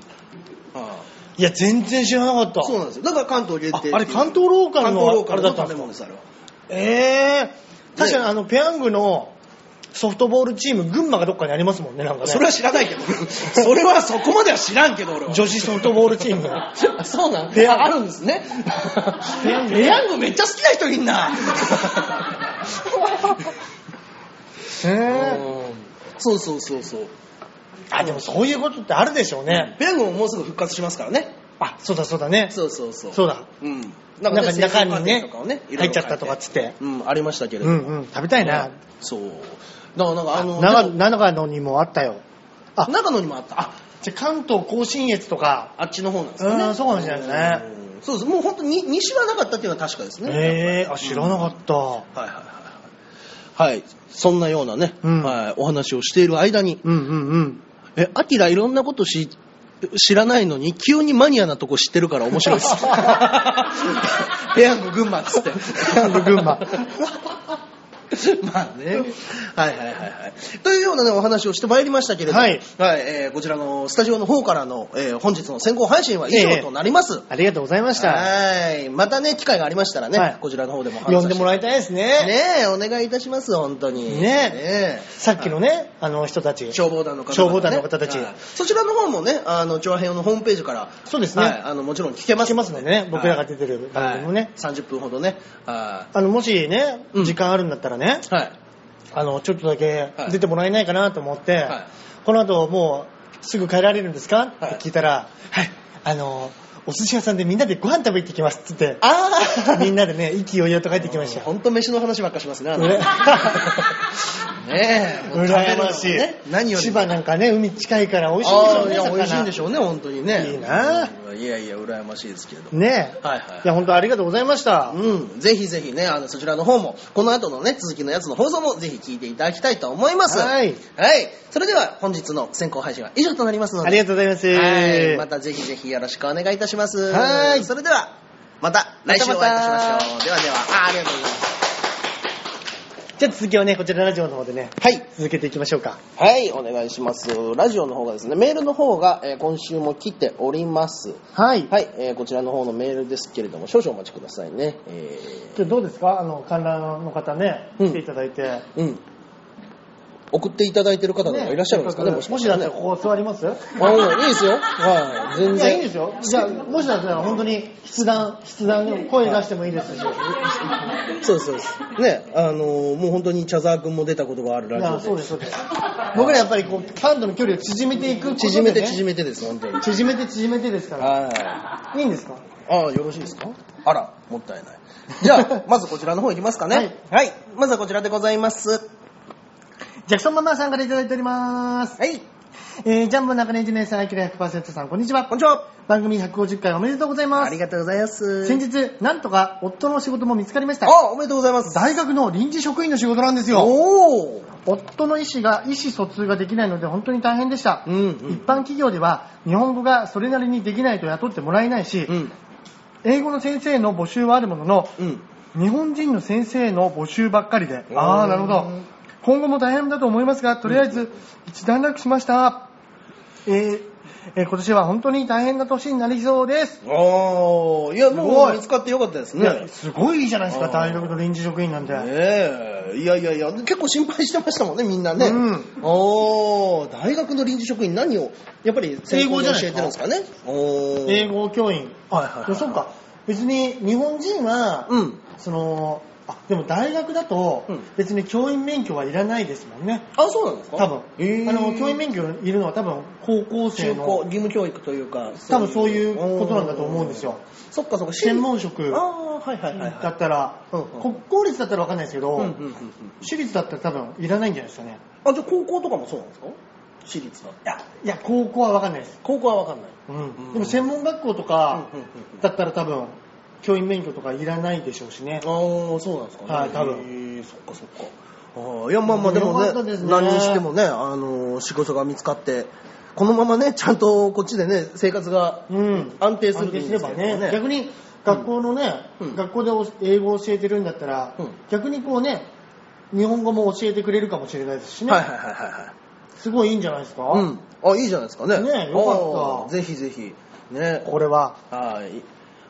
たのあ
いや、全然知らなかった。
あそうなんですよ。だから関東限定っていう
ああれ関東ローカル
関
の
東ローカル
あ
の
れだった
食べ
んですか
物です、あれは。
ええ確かにあの、ペヤングのソフトボールチーム、群馬がどっかにありますもんね、なんかね。
それは知らない けど。それはそこまでは知らんけど、俺は。
女子ソフトボールチーム。
あそうなん
ペヤング
ああるんですね。
ペヤング
ペヤングめっちゃ好きな人いん な。
え
そうそうそうそう。
あ、でもそういうことってあるでしょうね。
ペヤングももうすぐ復活しますからね。
あ、そうだそうだね。
そうそうそう。
そうだ。
うん。
なんか
ね
中に
製品過程と
ね
かをね、いろい
入っ
ろ
ちゃったとかっつって。
うん、ありましたけれ
う
ど。
んうん、食べたいな。
そう。だからなんかあの、
長
でも
長野にもあったよ。あ
長野にもあった。あ、
じゃあ関東甲信越とか。
あっちの方なんですか
う
ね。
んそうかもしれないですね
うん。そうです。もう本当に西はなかったっていうのは確かですね。
ええあ、知らなかった。
はいはいはいはい。はい。そんなようなね、
うん
はい、お話をしている間に、
うんうんうん。
え、アキラいろんなことし知らないのに、急にマニアなとこ知ってるから面白いです。ペヤング群馬っつって。
ペヤング群馬。
まあね。はいはいはいはい。というようなね、お話をしてまいりましたけれども、
はい
えーこちらのスタジオの方からの、えー本日の先行配信は以上となります。
ありがとうございました。
はい。またね、機会がありましたらね、
はい
こちらの方でもお話し
呼んでもらいたいですね。
ねえ、お願いいたします、本当に。
ねさっきのね、あの人たち。
消防団の方々、ね、
消防団の方たち
はいそちらの方もね、あの、調和平和のホームページから、
そうですね
はいあの、もちろん聞けます。
聞けますのでね僕らが出てる番組もね
はい30分ほどね、は
あの、もしね、
うん
時間あるんだったらね、
い。はい。
あの、ちょっとだけ
はい
出てもらえないかなと思って、
はい
この後もうすぐ帰られるんですか、
はい
って聞いたら、はい、あの、お寿司屋さんでみんなでご飯食べ行ってきますって言
あ
っ て、みんなでね、意気揚々と帰ってきましたよ。
本当飯の話ばっかしますね、あの
ね
ねえ、もう食べる
羨
の
ま
も
しい、
ね、何より
千
も
葉なんかね、海近いから美味しいんでし
あ
ょ
あ
う
い
ね。
や
魚
美味しいんでしょうね、本当にね。
いいな
うんいやいや、羨ましいですけれども。
ねえ。
はいはい
いや、本当ありがとうございました。
うん、ぜひぜひね、あの、そちらの方も、この後のね、続きのやつの放送もぜひ聞いていただきたいと思います。
はい
はい。それでは、本日の先行配信は以上となりますので。
ありがとうございます。
はい。またぜひぜひよろしくお願いいたします。
はい
それでは、また来週お会いいたしましょう。
またま
ではでは、あありがとうございます。
じゃあ続きをね、こちらのラジオの方でね、
はい。
続けていきましょうか。
はい、お願いします。ラジオの方がですね、メールの方が、えー今週も来ております。
はい。
はい、えーこちらの方のメールですけれども、少々お待ちくださいね。え
今日どうですかあの、観覧の方ね、
うん
来ていただいて。
ーうん。送っていただいてる方なんかいらっしゃるんですかね、
も
も
し
し
も
か
し
した
だ
ら
った
ね
らここ座ります
あ、いいですよ。はい、全
いや、い
然。
いですよ。じゃあ、もしだったら本当に筆談、筆談、声出してもい いですし。
そうです、そうです。ね、あのーもう本当に茶沢くんも出たことがあるラ
い
ジオ
や
で。
そうです、そうです。僕らやっぱりこう、ファンとの距離を縮めていくことでね、
縮めて縮
め
めてです、本当に。
て。縮めて縮めてですから。
はい。
いいんですか
ああ、よろしいですかあら、もったいない。じゃ あ、まずこちらの方いきますかね。
は
はいい。まずはこちらでございます。
ジャクソンママさんからいただいております。
はい。
えー、ジャンボ中根一年さん、アキラ100%さん、こんにちは。
こんにちは。
番組150回おめでとうございま
あ
す
り。がとうございます。
先日、なんとか夫の仕事も見つかりました。
あ、おめでとうございます。
大学の臨時職員の仕事なんですよ。
おー。
夫の意思が意思疎通ができないので本当に大変でした。
うん、う
一
ん。
般企業では日本語がそれなりにできないと雇ってもらえないし、
うん、
英語の先生の募集はあるものの、
うん。
日本人の先生の募集ばっかりで、
うん
ああ、なるほど。今後も大変だと思いますが、とりあえず一段落しました。えーえー今年は本当に大変な年になりそうです。
おー。いや、
す
も
ご
う
い
見つかってよかったです
い
ね。
や、すごいいいじゃないですか、
あー
大学の臨時職員なんて。
ねえいやいやいや、結構心配してましたもんね、みんなね。
うん
おー大学の臨時職員何を、やっぱり専攻で教えてるんですかね。おー
英語教員。
はいはいはい
いやそうか。別に日本人は、
うん。
その、あでも大学だと
うん
別に教員免許はいらないですもんね。
あ、そうなんですか
多分。
へー
あの、教員免許いるのは多分高校生
中高、
の
義、務教育というか、
多分そういうことなんだと思うんですよ。
おー。そっかそっか、
専門職
ああ、はいはいはい
だ
は
ったら、
うんうん
国公立だったらわかんないですけど、
い。うんうんうんうん
私立だったら多分いらないんじゃないですかね。
あ、じゃあ高校とかもそうなんですか私立だ。いや、
いや、高校はわかんないです。
高校はわかんない。
うん、でも専門学校とか
うんうんうんうん
だったら多分教員免許とかいらないでしょうしね。
ああ、そうなんですかね。
はい多分
へーそっかそっか。あーいや、まあまあ、でも
よ
ね
かったですね
何にしてもね、あのー、仕事が見つかって、このままね、ちゃんとこっちでね、生活が、
うん、
安定する
安
といいん
定す
で
れ
すけ
ば
ど
ね
ね
逆に学校のね、
うん
学校でお英語を教えてるんだったら、
うん
逆にこうね日本語も教えてくれるかもしれないですしね、
はいはいはいはいはい。
すごいいいんじゃないですか、
うん。あ、いいじゃないですかね。
ねえよかった
あーぜひぜひ。ね。
これは
はい。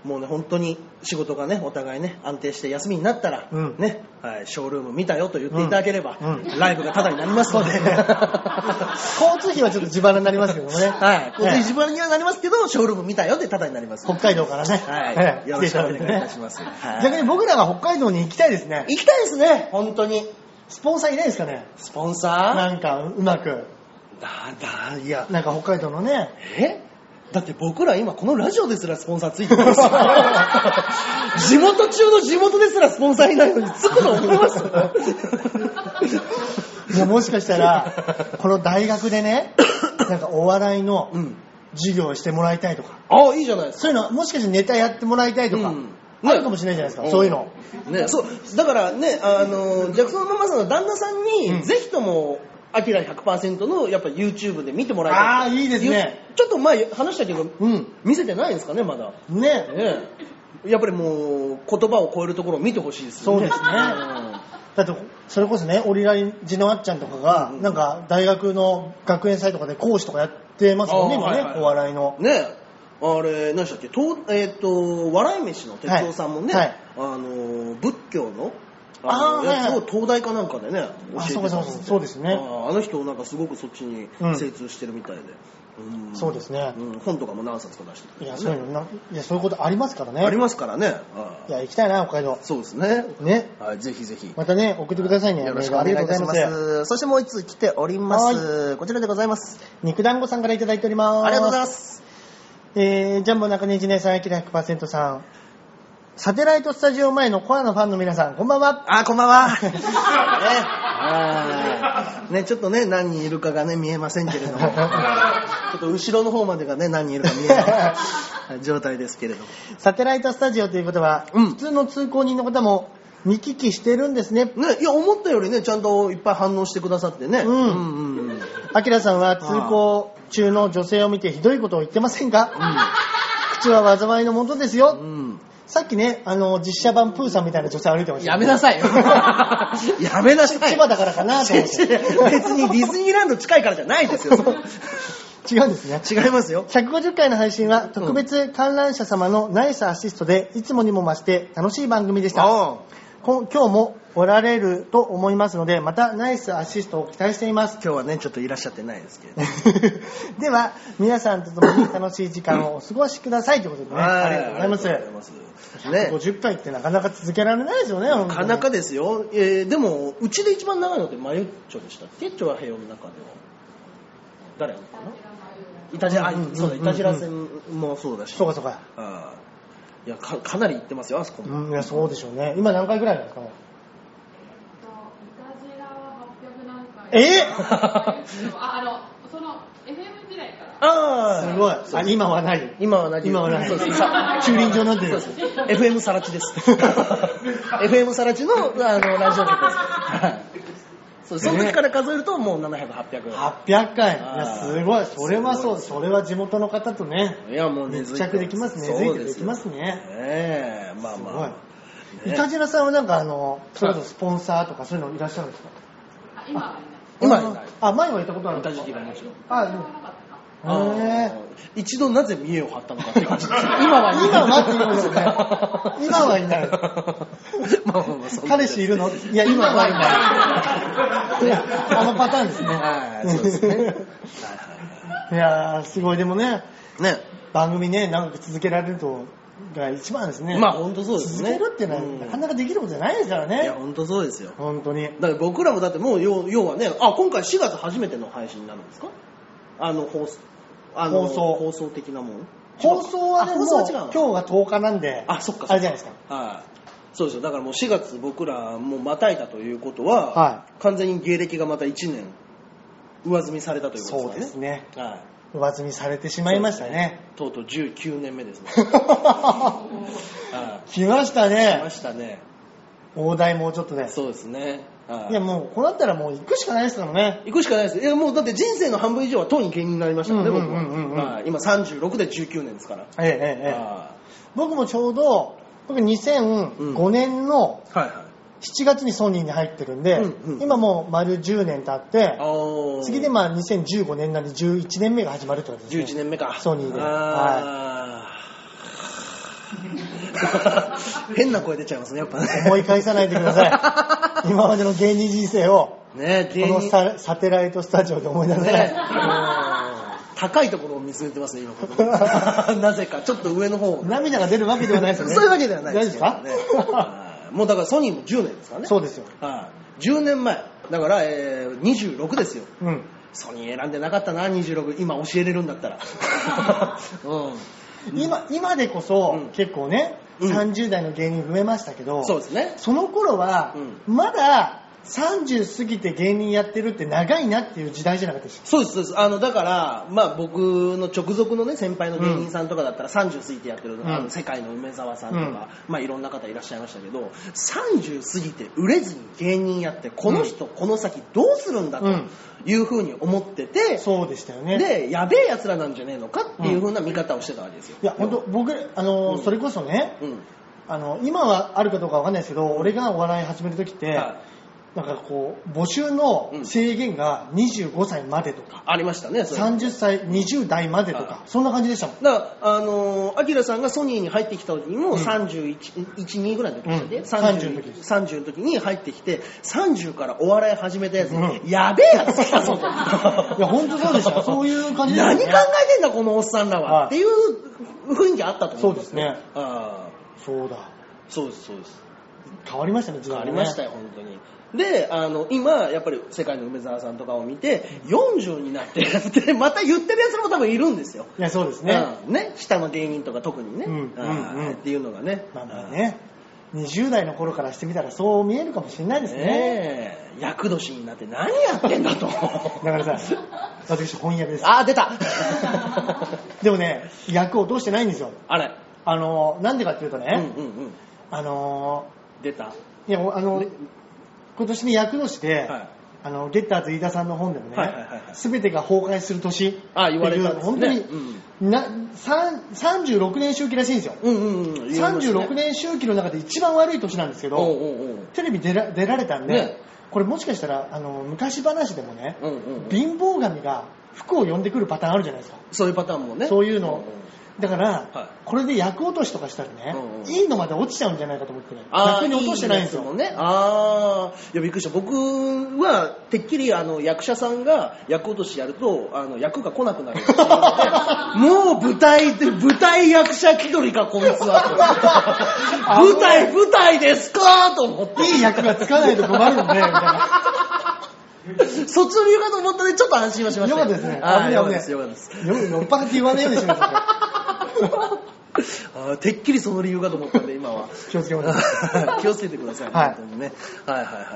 もうね、本当に仕事がね、お互いね、安定して休みになったら、
うん
ね、はい、ショールーム見たよと言っていただければ、
うんう
ライブがタダになりますので、
交通費はちょっと自腹になりますけどもね、
はい、こっ
ええ
自分にはなりますけど、ショールーム見たよでタダになります。
北海道からね、
はい
ええ
よろしくお願いい
来て
た
だいて
し
ね
ますはい
逆に僕らが北海道に行きたいですね
行きたいですね、本当に。
スポンサーいないですかね
スポンサ
なんかうまく
ーだ、だ、いや、
なんか北海道のね
えだって僕ら今このラジオですらスポンサーついてるんですよ。 地元中の地元ですらスポンサーいないのにつくと思います
いやもしかし たらこの大学でねなんかお笑いの
うん。
授業をしてもらいたいとか
あ、いいじゃないですか。
そういうのもしかしてネタやってもらいたいとか、
うん
あるかもしれないじゃないですか、
ん
そういうの。
ね、そう、だからね、あの、ジャクソンママさんの旦那さんに、
うん
ぜひとも、アキラ100%の、やっぱ YouTube で見てもらいたい。
あーいいですね。
ちょっと前話したけど、
うん
見せてないんですかね、まだ。
ね
ねやっぱりもう、言葉を超えるところを見てほしいです
そ
よ
う
ね。
ですねだってそれこそねオリラジのあっちゃんとかが、
うん
なんか大学の学園祭とかで講師とかやってますもんね
あー
今ね、
はいはいはい
お笑いの
ねえあれ、何でしたっけ、とえっ、と、笑い飯の哲夫さんもね、
はいはい
あの、仏教の、
あー
あの
はいはい
やつを東大かなんかでね、教えてたん
あそうかそうかそうですね
あーあの人、なんかすごくそっちに
うん
精通してるみたいで。ん
そうですね
うん本とかも何冊か出してる、
いやそういうのないやそういうことありますからね
ありますからね。あ
い
ー
や行きたいな北海道
そうですね。
ね
はい、ぜひぜひ。
またね送ってくださいね
よろしく
メ
お
ール
願いいたしま
ありがとうございま
す。
す
そしてもう一通来ております。こちらでございます。
肉団子さんからいただいております
ありがとうございます。
えー、ジャンボ中根一年さん、アキラ100%さん、サテライトスタジオ前のコアのファンの皆さん、こんばんは。
あ、こんばんは。 ねはい。ね、ちょっとね、何人いるかがね、見えませんけれど も。ちょっと後ろの方までがね、何人いるか見え ない状態ですけれども。
サテライトスタジオということは、
うん
普通の通行人の方も見聞きしてるんですね。
ね、いや、思ったよりね、ちゃんといっぱい反応してくださってね。
うん
うんうんうん。
アキラさんは通行中の女性を見てひどいことを言ってませんか、口は災いのもとですよ。
うん
さっきね、あの、実写版プーさんみたいな女性歩いてましたよ。
やめな さいよ。
やめなさい。
千葉だからかなと思 っ
別
て。
にディズニーランド近いからじゃないですよ。そこ
違うんですね。
違いますよ。
150回の配信は特別観覧者様のナイスアシストでいつもにも増して楽しい番組でした。
あ
こん今日もおられると思いますので、またナイスアシストを期待しています
今。日はね、ちょっといらっしゃってないですけれど。
では、皆さんと共に楽しい時間をお過ごしくださいということでね、ありがとうございます。
ありがとうございます。ね。
50回ってなかなか続けられないですよね、
なかなかですよ、えーでもうちで一番長いのってマユッチョでしたっけ調和平和の中では誰なのかなイタジラ、あ
うんうん
そうだイタジラ戦もそうだし、
そうかそうか。
あーいやかかなり行ってますよあそこも、
うん、いや、そうでしょうね。今何回ぐらいなんですかね。
イタジラは800何
え
回。ああの、その、FM
あ
す
あ、
ごい。あ、今はない。
今は何
今はない
そうです。
駐輪場になってる
そうです。FM さらちです。FM さらちのあのラジオ局です。はいそうその時から数えるともう700、800。
800回。い
あー
や、すごい。それはそう。それは地元の方とね、
いや、もう根
密
付いて
着できますね。根付いてできます。
そう
ね。
すよねえ、まあ
す
ま
ごい
あ。。ね
イタジラさんはなんかあの、それこそスポンサーとかそういうのいらっしゃるんですか
今はいない。
あ、前は行ったことあるん
歌
です
時
か
期がもちろん。
あ、でもへー
一度なぜ見栄を張ったのかって感 じです。今
は
はいい
ない
ない。
今はいな い
まあまあまあそんな
彼氏いるのいや、今はいない。いや、あ のパターンですね。
はい、そうですね。はいはい
いやー、すごい。でもね、
はい
番組ね、長く続けられると、が一番ですね。
ね。まあ本当そうです
続
ね。
けるってのは、
うん
なかなかできることじゃないですから
いや、
ね。
本当そうですよ。
本当に。
だから僕らもだってもう要要はね、あ、今回4月初めての配信になるんですかあの放送、あの
放送
放送的なもの
放送はね、
あ
もう
放送は違うの
今日が10日なんで、
あ、そっか。
あれじゃないですか。
か。はい。そうですよ。だからもう4月僕らもうまたいだということは、
は
完全に芸歴がまた1年上積みされたということ
そうですね。
はい。
上積みされてしまいましたね。
とうとう19年目です ね。はい。
来ました
来ま
ね。
したね。
大台もうちょっとね。
そうですね。はい
いや、もう、こうなったらもう行くしかないですからね。
行くしかないです。いや、もうだって人生の半分以上はとうに芸人になりましたからね、
うんう
僕
んうんうん
は。はい今36で19年ですから。
ええ、ええ、ええ。
は
僕もちょうど、僕2005年の
いは
7月にソニーに入ってるんで、
うんうん
今もう丸10年経って
い。、おー
次でまあ2015年なんで11年目が始まるってことですね。
11年目か。
ソニーで
あー変な声出ちゃいますね、やっぱね。
思い返さないでくださ い。今までの芸人人生を、
ね
こ
芸
の
人。
ササテライトスタジオで思い出 さない。
ね高いところを見つめてますね、今ここ。 なぜか、ちょっと上の方を。
涙が出るわけではないですよね。
そういうわけではない
大
です
丈
けど
夫
ね
ですか
はいもうだからソニーも10年ですからね。
そうですよ。
はい10年前。だから、えー26ですよ。
うん。
ソニー選んでなかったな、26。今教えれるんだ ったら。
今、今でこ
う
そ
ん
結構ね、
うん
30代の芸人増えましたけど、
そうですね。
その頃は、
う
まだ30過ぎて芸人やってるって長いなっていう時代じゃなかったでし
そうです、そうです。あの、だから、まあ僕の直属のね、先輩の芸人さんとかだったら30過ぎてやってる、
うん
あの、世界の梅沢さんと
うん
か、まあいろんな方いらっしゃいましたけど、30過ぎて売れずに芸人やって、この人この先どうするんだと
うん
いうふうに思ってて
ょ。、そうでしたよね。
で、やべえ奴らなんじゃねえのかっていうふうな見方をしてたわけですよ。
いや、本当僕、あ
う
の、
ん
それこそね、
うん。
あの、今はあるかどうかわかんないですけど、俺がお笑い始める時って、
は
なんかこう、募集の制限が25歳までとか、
ありましたね、それ
30歳、20代までとか
は、
そんな感じでしたも ん。
だから、あのー、アキラさんがソニーに入ってきた時にも31、1、2ぐらいの時でしたっけ、
うん30
30,
の時
30の時に入ってきて、30からお笑い始めたやつに、
う
やべえやつ来たぞと。
いや、本当そうで した。そういう感じでした
何
ね
考えてんだ、このおっさんらは、
はい
っていう雰囲気あったと思
そ
ん
うですね。
あ
そうだ。
ーそうです、そうです。
変わりましたね、時
あ
代が
り
ね
ましたよ、本当に。で、あの、今、やっぱり世界の梅沢さんとかを見て、40になってやって、また言ってるやつも多分いるんですよ。
いや、そうですね。
ね、ね、下の芸人とか特にね、
うんうんうん
あーっていうのがね。
まあまあね、20代の頃からしてみたらそう見えるかもしれないですね。
ねえ、厄年になって何やってんだ と。
だからさ、私本屋です。
あー、出た
でもね、役を通してないんですよ。
あれ、
あの、なんでかっていうと
うん
ね、
うんうん。
あの、
出た。はい
や、あの
ね、
今年の役年で、
い。
あの、ゲッターズ飯田さんの本でもね
はいはいはいは、い
すべてが崩壊する年っていう。
あ言われたんですね
本当に、
う
なさん36年周期らしいんですよ。
うんうんうん。言いましたね
36。年周期の中で一番悪い年なんですけど、
おうおうおう
テレビ出ら出られたんで、
ね
これもしかしたらあの昔話でもね、
うんうんうん
貧乏神が服を呼んでくるパターンあるじゃないですか、
そういうパターンもね。
そういうの、
んん
だから、
はい
これで役落としとかしたらね、
うんうん
いいのまで落ちちゃうんじゃないかと思ってね
あ
逆に落としてないんですよ
もんね。ああ、いやびっくりした。僕はてっきりあの役者さんが役落としやるとあの役が来なくなるって いうので。もう舞台で舞台役者気取りかこいつ は。舞台舞台ですかと思って。
いい役がつかないと困るんで、みたい な。
卒業かと思ったんでちょっと安心はしまし
よ
た。
かったですね。
はい
危
よか
な
ったで
い危ない。
すよかったです。
よ酔っ払って言わないようにします
あーてっきりその理由かと思ったんで、今は。
気をつけましょう
気をつけてくださいね。
はい
本当にね。はいはいはいはい。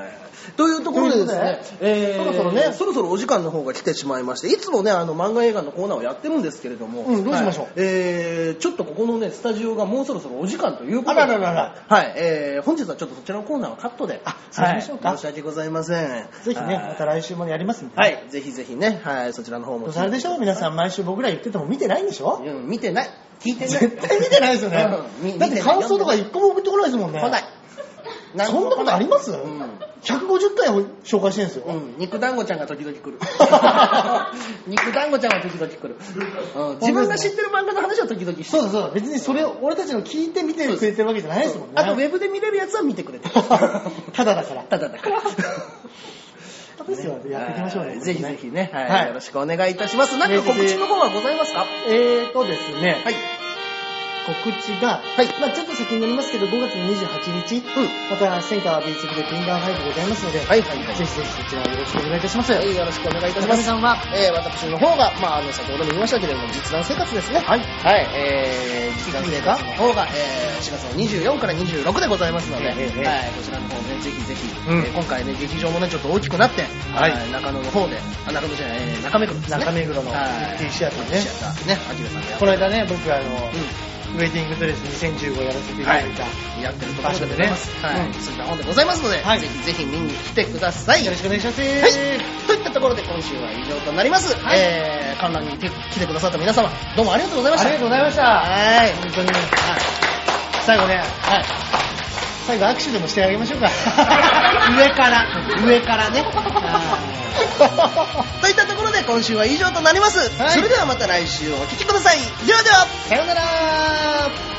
というところでですね、
ということでそろそろね
そろそろお時間の方が来てしまいまして、いつもね、あの、漫画映画のコーナーをやってるんですけれども、
うんどうしましょう
はいえー、ちょっとここのね、スタジオがもうそろそろお時間ということで、
あらららら
はい、えー、本日はちょっとそちらのコーナーはカットで、あ、
そうしましょうか
申し訳ございません。
ぜひね、
はい
また来週もやりますんで。
は。い、ぜひぜひね、はい、そちらの方も聞いて。
あれでしょ皆さん毎週僕ら言ってても見てないんでしょ
うん、見てない。聞いてない。
絶対見てないですよね
うんみ。
だって感想とか
見て
一個も送ってこないですもんね。
ない。来ない。
そんなことあります
うん。
?150 回を紹介してるんです
う
よ。
ん、肉団子ちゃんが時々 来る。肉団子ちゃんは時々来る。うん自分が知ってる漫画の話は時々してる
そうだそうだ。別にそれを俺たちの聞いて見てくれてるわけじゃないですもんね。
あとウェブで見れるやつは見てく れてる。
ただだから。
ただだから。
ですよ。やっていきましょうね。
ぜひぜひね、はい
はい
よろしくお願いいたします。何か告知の方はございますか
えーとですね、
はい。
告知が、
はい
まあちょっと先になりますけど、5月28日、またセンタービーチ部でティンガーファイブございますので、
はいはいはい
ぜひぜひそちらよろしくお願いいたします。
はい、よろしくお願いいたします。
中上さんは
えー、私の方が、まあ、あの、先ほども言いましたけれども、実弾生活ですね。
はい
はい、えー、実弾生活の方が、えー、4月の24から26でございますので、
ええええ
はい、こちらの方ね、ぜひぜひ、
うん
えー今回ね、劇場もね、ちょっと大きくなって、
はい
中野の方で、あ、中野じゃない、えー中目黒ですね。
中目黒の
はい
T シアターね
T シアターね、アキラさんがやっ
この間ね、僕あ
う
の、ウェディングドレス2015やらせていただいた、
ん、やってるところでございます。
場所
は
でね
い、
うん
そういった本でございますので、
はい
ぜひぜひ見に来てください。
よろしくお願いします。
はい、といったところで今週は以上となります。えー、観覧に来てくださった皆様、どうもありがとうございまし
あ
た。
りがとうございました。
はい
本当に、最後ね、
はい。
最後握手でもしてあげましょうか。
上から、上からね。 といったところで今週は以上となります。
はい
それではまた来週お聞きください。ではでは
さようなら